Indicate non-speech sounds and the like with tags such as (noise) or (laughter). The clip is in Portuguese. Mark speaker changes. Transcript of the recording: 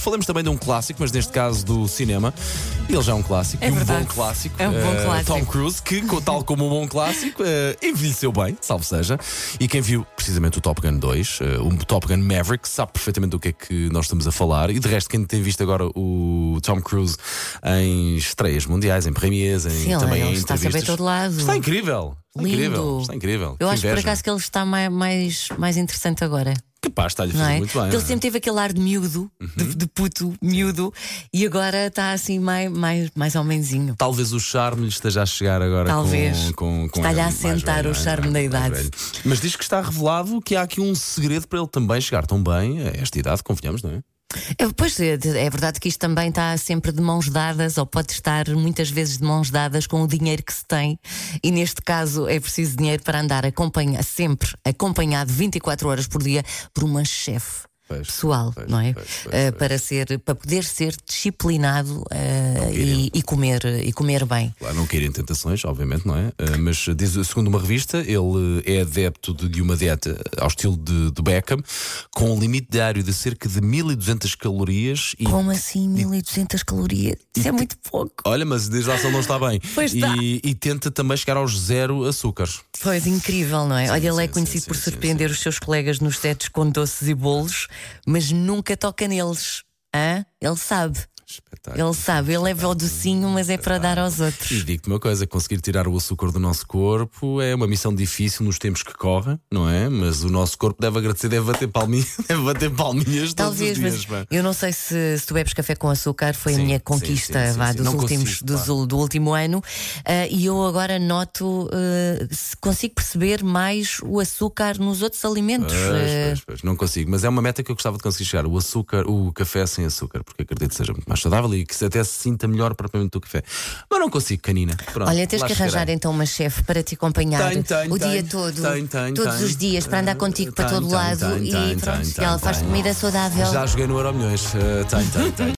Speaker 1: falamos também de um clássico, mas neste caso do cinema. E ele já é um clássico.
Speaker 2: É
Speaker 1: e um
Speaker 2: verdade.
Speaker 1: bom clássico.
Speaker 2: É um bom
Speaker 1: Eh,
Speaker 2: clássico.
Speaker 1: Tom Cruise, que, co- tal como um bom clássico, eh, envelheceu bem, salvo seja. E quem viu precisamente o Top Gun 2, eh, o Top Gun Maverick, sabe perfeitamente do que é que nós estamos a falar. E de resto, quem tem visto agora o Tom Cruise em estreias mundiais, em premiers, em
Speaker 2: Sim, ele-
Speaker 1: também
Speaker 2: ele
Speaker 1: em
Speaker 2: está a saber
Speaker 1: entrevistas,
Speaker 2: todo lado.
Speaker 1: Está incrível. Está
Speaker 2: Lindo.
Speaker 1: incrível. Está incrível.
Speaker 2: Eu acho que por
Speaker 1: Inveja.
Speaker 2: acaso que ele está mai- mais, mais, interessante agora,
Speaker 1: Capaz, está-lhe a
Speaker 2: não
Speaker 1: fazer
Speaker 2: é?
Speaker 1: muito bem.
Speaker 2: Porque
Speaker 1: não é?
Speaker 2: ele
Speaker 1: Uhum.
Speaker 2: sempre teve aquele ar de miúdo, de, de puto, miúdo, e agora está assim mais, mais, mais homenzinho.
Speaker 1: Talvez o charme lhe esteja a chegar agora
Speaker 2: Talvez.
Speaker 1: com, com, com
Speaker 2: Está-lhe
Speaker 1: ele
Speaker 2: a
Speaker 1: mais
Speaker 2: assentar
Speaker 1: velho,
Speaker 2: o
Speaker 1: não é?
Speaker 2: charme da
Speaker 1: Mais
Speaker 2: idade.
Speaker 1: velho. Mas diz que está revelado que há aqui um segredo para ele também chegar tão bem a esta idade, convenhamos, não é?
Speaker 2: É, Pois é, de- é verdade que isto também está sempre de mãos dadas, ou pode estar muitas vezes de mãos dadas com o dinheiro que se tem, e neste caso é preciso dinheiro para andar acompanha, sempre acompanhado 24 horas por dia por uma chefe.
Speaker 1: Pois,
Speaker 2: Pessoal,
Speaker 1: pois,
Speaker 2: não é?
Speaker 1: pois, pois,
Speaker 2: Eh,
Speaker 1: pois.
Speaker 2: Para, ser, para poder ser disciplinado eh, e, e comer, e comer bem.
Speaker 1: Lá não cair em tentações, obviamente, não é? Ah, Mas diz, segundo uma revista, ele eh, é adepto de, de uma dieta eh, ao estilo de, de Beckham, com um limite diário de cerca de 1200 calorias e
Speaker 2: Como assim 1200 calorias? Isso é muito pouco.
Speaker 1: Olha, mas desde lá se ele não está bem.
Speaker 2: Pois
Speaker 1: e,
Speaker 2: está.
Speaker 1: e tenta também chegar aos zero açúcares.
Speaker 2: Pois, incrível, não é? Olha, ele é
Speaker 1: sim,
Speaker 2: conhecido
Speaker 1: sim,
Speaker 2: por
Speaker 1: sim,
Speaker 2: surpreender os seus colegas nos tetos com doces e bolos, mas nunca toca neles. Hã? Ele sabe,
Speaker 1: Espetáculo.
Speaker 2: ele sabe, ele leva o docinho, mas é para dar aos
Speaker 1: E
Speaker 2: outros.
Speaker 1: digo-te uma coisa, conseguir tirar o açúcar do nosso corpo é uma missão difícil nos tempos que correm, não é? Mas o nosso corpo deve agradecer, deve bater palminhas, (laughs) deve bater palminhas
Speaker 2: Talvez,
Speaker 1: todos os dias. pá.
Speaker 2: mas eu não sei se, se tu bebes café com açúcar, foi
Speaker 1: Sim,
Speaker 2: a minha
Speaker 1: sim,
Speaker 2: conquista
Speaker 1: sim, sim,
Speaker 2: vá,
Speaker 1: sim.
Speaker 2: dos
Speaker 1: Não
Speaker 2: últimos,
Speaker 1: consigo,
Speaker 2: dos
Speaker 1: pá.
Speaker 2: ul- do último ano ah, e eu agora noto, ah, se consigo perceber mais o açúcar nos outros alimentos.
Speaker 1: Pois,
Speaker 2: ah,
Speaker 1: pois, pois, não consigo, mas é uma meta que eu gostava de conseguir chegar: o açúcar, o café sem açúcar, porque acredito que seja muito mais saudável e que se até se sinta melhor propriamente do café. Mas não consigo, canina. Pronto,
Speaker 2: Olha, tens
Speaker 1: lá
Speaker 2: que arranjar
Speaker 1: chegarei.
Speaker 2: então uma chefe para te acompanhar
Speaker 1: Tenho, tenho,
Speaker 2: o dia
Speaker 1: tenho.
Speaker 2: todo,
Speaker 1: Tenho, tenho,
Speaker 2: todos
Speaker 1: tenho.
Speaker 2: os dias, para andar contigo para
Speaker 1: Tenho,
Speaker 2: todo
Speaker 1: tenho,
Speaker 2: lado
Speaker 1: tenho,
Speaker 2: e
Speaker 1: tenho,
Speaker 2: pronto,
Speaker 1: tenho,
Speaker 2: ela
Speaker 1: tenho,
Speaker 2: faz
Speaker 1: tenho.
Speaker 2: comida saudável. (laughs)
Speaker 1: Já joguei no Euro Milhões. eh, tenho, tenho, tenho.